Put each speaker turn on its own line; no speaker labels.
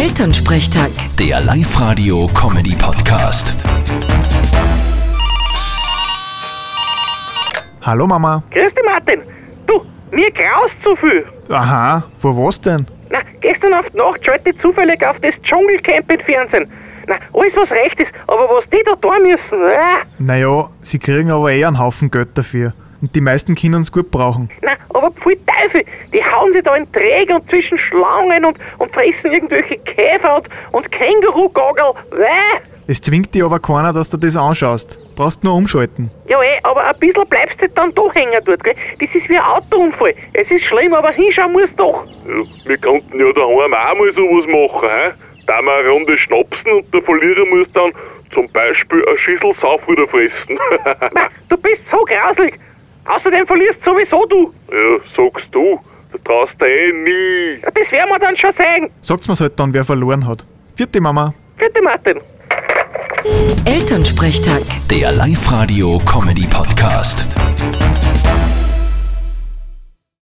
Elternsprechtag.
Der Live-Radio-Comedy-Podcast.
Hallo Mama.
Grüß dich, Martin. Du, mir graust zu viel.
Aha, vor was denn?
Na, gestern auf die Nacht schalte ich zufällig auf das Dschungelcamp im Fernsehen. Na, alles was recht ist, aber was die da tun müssen, ah,
Naja, sie kriegen aber eh einen Haufen Geld dafür. Und die meisten können es gut brauchen.
na, aber pfui Teufel, die hauen sich da in Träger und zwischen Schlangen und, und fressen irgendwelche Käfer und, und Känguru-Gogel. Ah.
Es zwingt dir aber keiner, dass du das anschaust. Brauchst nur umschalten.
Ja, eh, aber ein bisschen bleibst du halt dann doch hängen dort, gell? Das ist wie ein Autounfall. Es ist schlimm, aber hinschauen musst du doch.
Ja, wir könnten ja daheim auch mal sowas machen, hä? Da mal eine Runde schnapsen und der Verlierer muss dann zum Beispiel eine Schüssel Saufruder fressen.
Ma, du bist so grauslig. Außerdem verlierst sowieso du.
ja, sagst du, da traust du eh nie.
Ja, Das werden wir dann schon sehen.
Sagt's mir's halt dann, wer verloren hat. Vierte Mama.
Bitte, Martin.
Elternsprechtag.
Der Live-Radio-Comedy-Podcast.